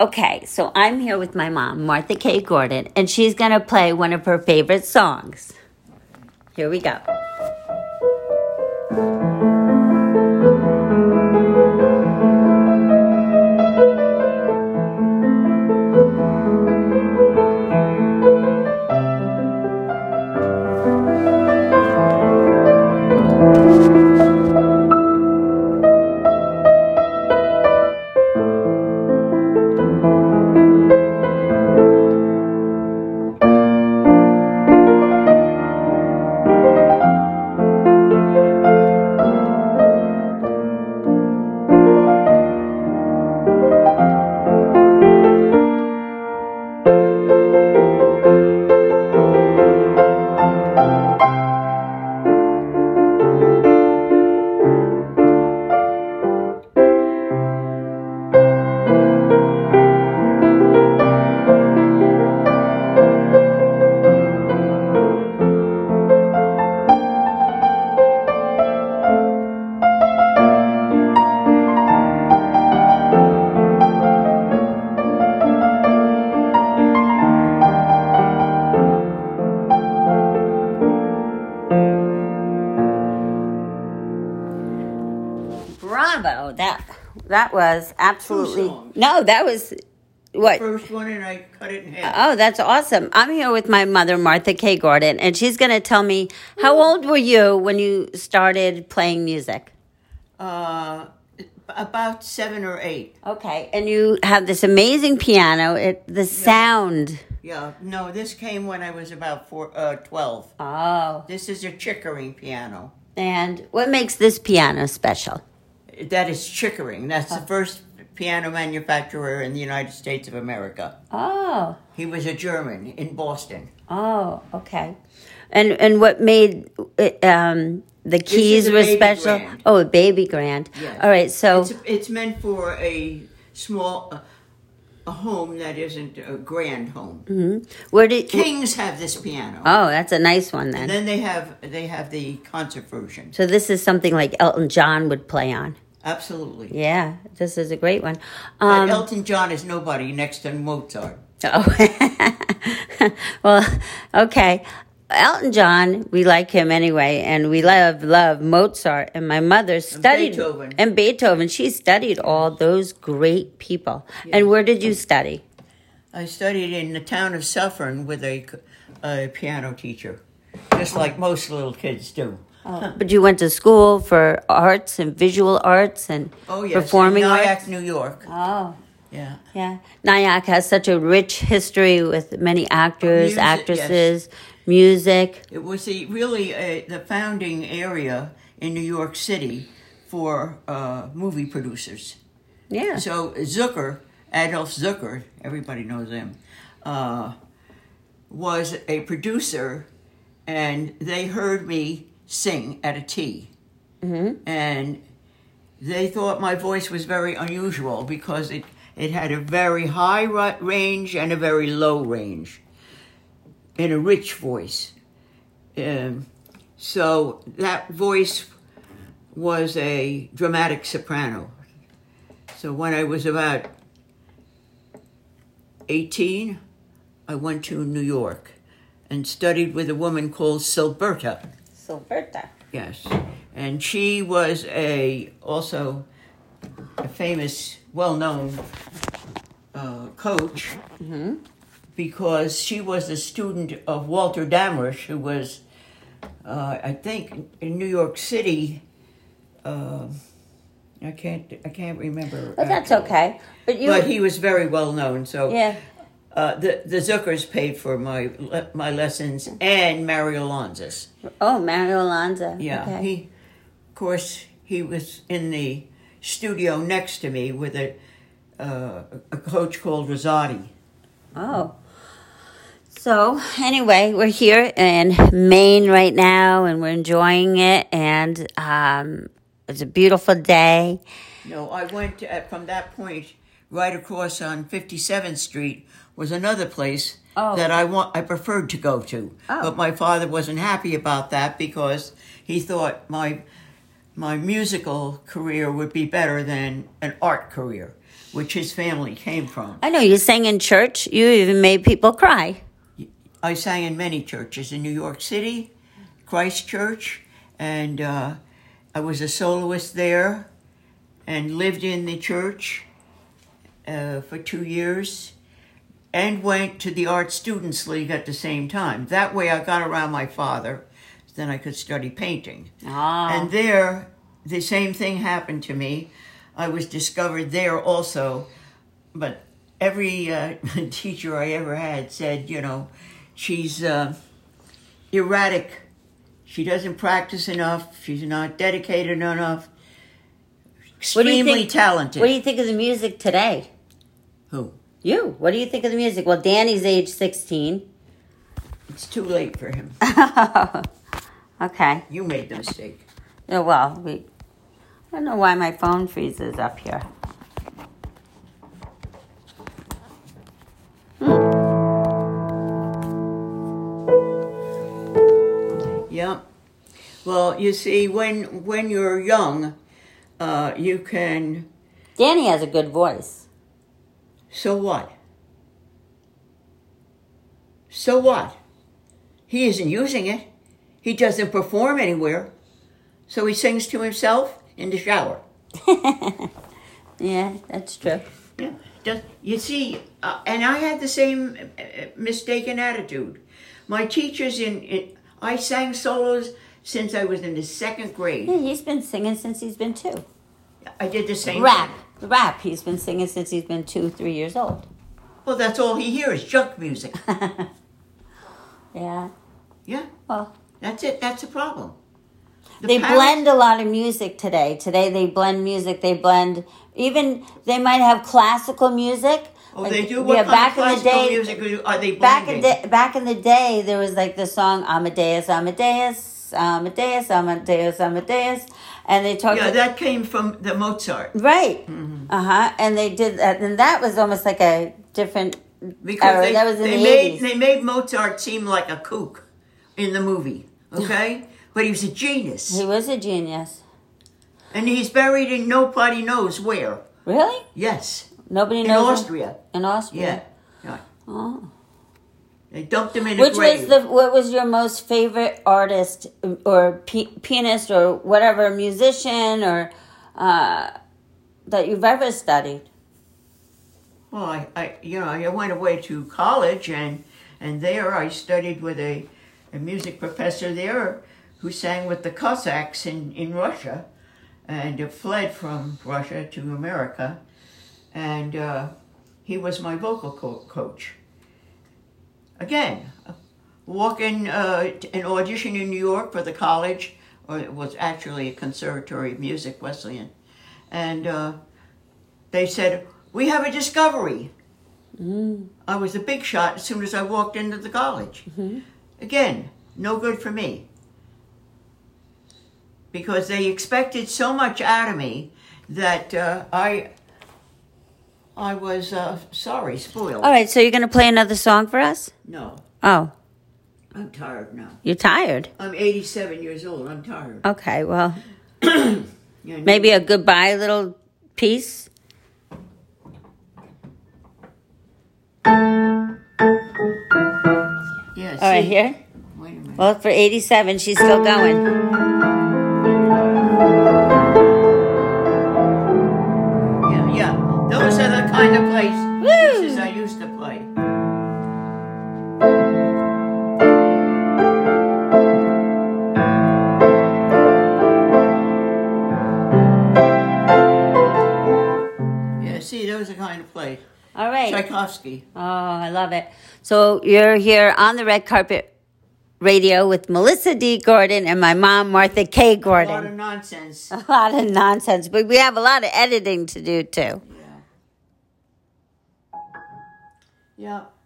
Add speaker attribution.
Speaker 1: Okay, so I'm here with my mom, Martha K. Gordon, and she's going to play one of her favorite songs. Here we go. Bravo. That that was absolutely
Speaker 2: songs.
Speaker 1: No, that was what
Speaker 2: First one, and I cut it in half.
Speaker 1: Oh, that's awesome. I'm here with my mother, Martha K. Gordon, and she's going to tell me how old were you when you started playing music?
Speaker 2: Uh, about seven or eight.
Speaker 1: Okay, and you have this amazing piano. It the sound.
Speaker 2: Yeah. No, this came when I was about four, uh, twelve.
Speaker 1: Oh.
Speaker 2: This is a chickering piano.
Speaker 1: And what makes this piano special?
Speaker 2: That is chickering. That's the first piano manufacturer in the United States of America.
Speaker 1: Oh.
Speaker 2: He was a German in Boston.
Speaker 1: Oh, okay. And and what made it, um the keys
Speaker 2: a
Speaker 1: were
Speaker 2: baby
Speaker 1: special?
Speaker 2: grand.
Speaker 1: Oh, a baby grand.
Speaker 2: Yes.
Speaker 1: All right, so
Speaker 2: It's, it's meant for a small, uh, a home that isn't a grand home.
Speaker 1: where did
Speaker 2: Kings have this piano.
Speaker 1: Oh, that's a nice one then.
Speaker 2: Then they have they have the concert version.
Speaker 1: So this is something like Elton John would play on.
Speaker 2: Absolutely.
Speaker 1: Yeah, this is a great one.
Speaker 2: But
Speaker 1: Um,
Speaker 2: Elton John is nobody next to Mozart.
Speaker 1: oh. well, okay. Elton John, we like him anyway, and we love love Mozart. And my mother studied
Speaker 2: Beethoven.
Speaker 1: and Beethoven. She studied all those great people. And where did you study?
Speaker 2: I studied in the town of Suffern with a, a piano teacher, just like most little kids do.
Speaker 1: But you went to school for arts and visual arts and
Speaker 2: Oh yes,
Speaker 1: performing
Speaker 2: in
Speaker 1: arts.
Speaker 2: Nyack, New York.
Speaker 1: Oh,
Speaker 2: Yeah.
Speaker 1: yeah. Nyack has such a rich history with many actors,
Speaker 2: Music, yes.
Speaker 1: actresses, music.
Speaker 2: It was the really uh, the founding area in New York City for uh, movie producers.
Speaker 1: Yeah.
Speaker 2: So Zucker, Adolf Zucker, everybody knows him, uh, was a producer, and they heard me sing at a Mm-hmm. And they thought my voice was very unusual because it, it had a very high ri- range and a very low range, and a rich voice. Um, so that voice was a dramatic soprano. So when I was about 18, I went to New York and studied with a woman called Silberta.
Speaker 1: Silberta.
Speaker 2: Yes. And she was a also a famous, well-known uh, coach
Speaker 1: Mm-hmm.
Speaker 2: because she was a student of Walter Damrisch, who was, uh, I think, in New York City. Uh, I can't. I can't remember. Uh,
Speaker 1: But that's
Speaker 2: actually.
Speaker 1: okay. But you.
Speaker 2: But he was very well known. So
Speaker 1: yeah.
Speaker 2: uh, the the Zuckers paid for my my lessons and Mario Lanzas.
Speaker 1: Oh, Mario Lanza.
Speaker 2: Yeah,
Speaker 1: Okay.
Speaker 2: he, of course, he was in the studio next to me with a uh, a coach called Rosati.
Speaker 1: oh. So anyway, we're here in Maine right now, and we're enjoying it. And um, it's a beautiful day.
Speaker 2: No, I went to, uh, from that point right across on Fifty Seventh Street was another place
Speaker 1: Oh.
Speaker 2: that I want I preferred to go to, but my father wasn't happy about that because he thought my my musical career would be better than an art career. which his family came from.
Speaker 1: I know you sang in church. You even made people cry.
Speaker 2: I sang in many churches in New York City, Christchurch, and uh, I was a soloist there and lived in the church uh, for two years and went to the Art Students League at the same time. That way I got around my father, then I could study painting.
Speaker 1: Ah.
Speaker 2: And there, the same thing happened to me. I was discovered there also, but every uh, teacher I ever had said, you know, she's uh, erratic. She doesn't practice enough. She's not dedicated enough.
Speaker 1: What do
Speaker 2: Extremely
Speaker 1: you think-
Speaker 2: talented.
Speaker 1: What do you think of the music today?
Speaker 2: Who?
Speaker 1: You. What do you think of the music? Well, Danny's age 16.
Speaker 2: It's too late for him.
Speaker 1: Okay.
Speaker 2: You made the mistake.
Speaker 1: Yeah, well, we, I don't know why my phone freezes up here.
Speaker 2: Yeah. Well, you see, when when you're young, uh, you can.
Speaker 1: Danny has a good voice.
Speaker 2: So what? So what? He isn't using it. He doesn't perform anywhere. So he sings to himself in the shower.
Speaker 1: Yeah, that's true.
Speaker 2: Yeah. Does, you see, uh, and I had the same uh, mistaken attitude. My teachers in, in I sang solos since I was in the second grade.
Speaker 1: Yeah, he's been singing since he's been two.
Speaker 2: I did the same
Speaker 1: Rap.
Speaker 2: thing.
Speaker 1: Rap. He's been singing since he's been two, three years old.
Speaker 2: Well, that's all he hears, junk music.
Speaker 1: Yeah.
Speaker 2: yeah,
Speaker 1: Well,
Speaker 2: that's it. That's the problem. The
Speaker 1: they
Speaker 2: parents-
Speaker 1: blend a lot of music today. Today they blend music. They blend even they might have classical music.
Speaker 2: Oh,
Speaker 1: Like,
Speaker 2: they do. What
Speaker 1: yeah,
Speaker 2: kind
Speaker 1: back in
Speaker 2: of
Speaker 1: the
Speaker 2: classical
Speaker 1: day,
Speaker 2: music are they
Speaker 1: back in
Speaker 2: blending?
Speaker 1: the back in the day, there was like the song Amadeus, Amadeus, Amadeus, Amadeus, Amadeus, and they talked
Speaker 2: Yeah,
Speaker 1: about-
Speaker 2: that Mm-hmm. came from the Mozart
Speaker 1: right, uh huh, and they did that, and that was almost like a different
Speaker 2: because
Speaker 1: era.
Speaker 2: they,
Speaker 1: Oh, that was in
Speaker 2: they
Speaker 1: the
Speaker 2: made
Speaker 1: eighties.
Speaker 2: they made Mozart seem like a kook in the movie. Okay, but he was a genius,
Speaker 1: He was a genius.
Speaker 2: and he's buried in nobody knows where.
Speaker 1: Really?
Speaker 2: Yes,
Speaker 1: Nobody
Speaker 2: in
Speaker 1: knows him?
Speaker 2: Austria.
Speaker 1: In Austria. Oh.
Speaker 2: Yeah. yeah. They dumped him in a
Speaker 1: Which
Speaker 2: grave.
Speaker 1: was the what was your most favorite artist or pi- pianist or whatever musician or uh, that you've ever studied?
Speaker 2: Well, I, I you know, I went away to college and and there I studied with a, a music professor there who sang with the Cossacks in, in Russia and fled from Russia to America. And uh, he was my vocal co- coach. Again, walk in uh, t- an audition in New York for the college, or it was actually a conservatory of music, Wesleyan. And uh, they said, We have a discovery. I was a big shot as soon as I walked into the college. Again, no good for me. Because they expected so much out of me that uh, I, I was uh, sorry, spoiled.
Speaker 1: All right, so you're gonna play another song for us?
Speaker 2: No,
Speaker 1: Oh,
Speaker 2: I'm tired now.
Speaker 1: you're tired.
Speaker 2: I'm 87 years old. I'm tired.
Speaker 1: Okay, well,
Speaker 2: You know,
Speaker 1: maybe a goodbye little piece. All
Speaker 2: Yeah,
Speaker 1: right,
Speaker 2: see-
Speaker 1: here.
Speaker 2: Wait a minute.
Speaker 1: Well, for 87, she's still going.
Speaker 2: Yeah, yeah. Those are the kind of place
Speaker 1: Woo!
Speaker 2: places I used to play. Yeah, see, those are the kind of place.
Speaker 1: All right.
Speaker 2: Tchaikovsky.
Speaker 1: Oh, I love it. So you're here on the red carpet radio with Melissa D. Gordon and my mom, Martha K.
Speaker 2: A lot of
Speaker 1: Gordon.
Speaker 2: nonsense.
Speaker 1: A lot of nonsense, but we have a lot of editing to do too.
Speaker 2: Yeah. Yeah.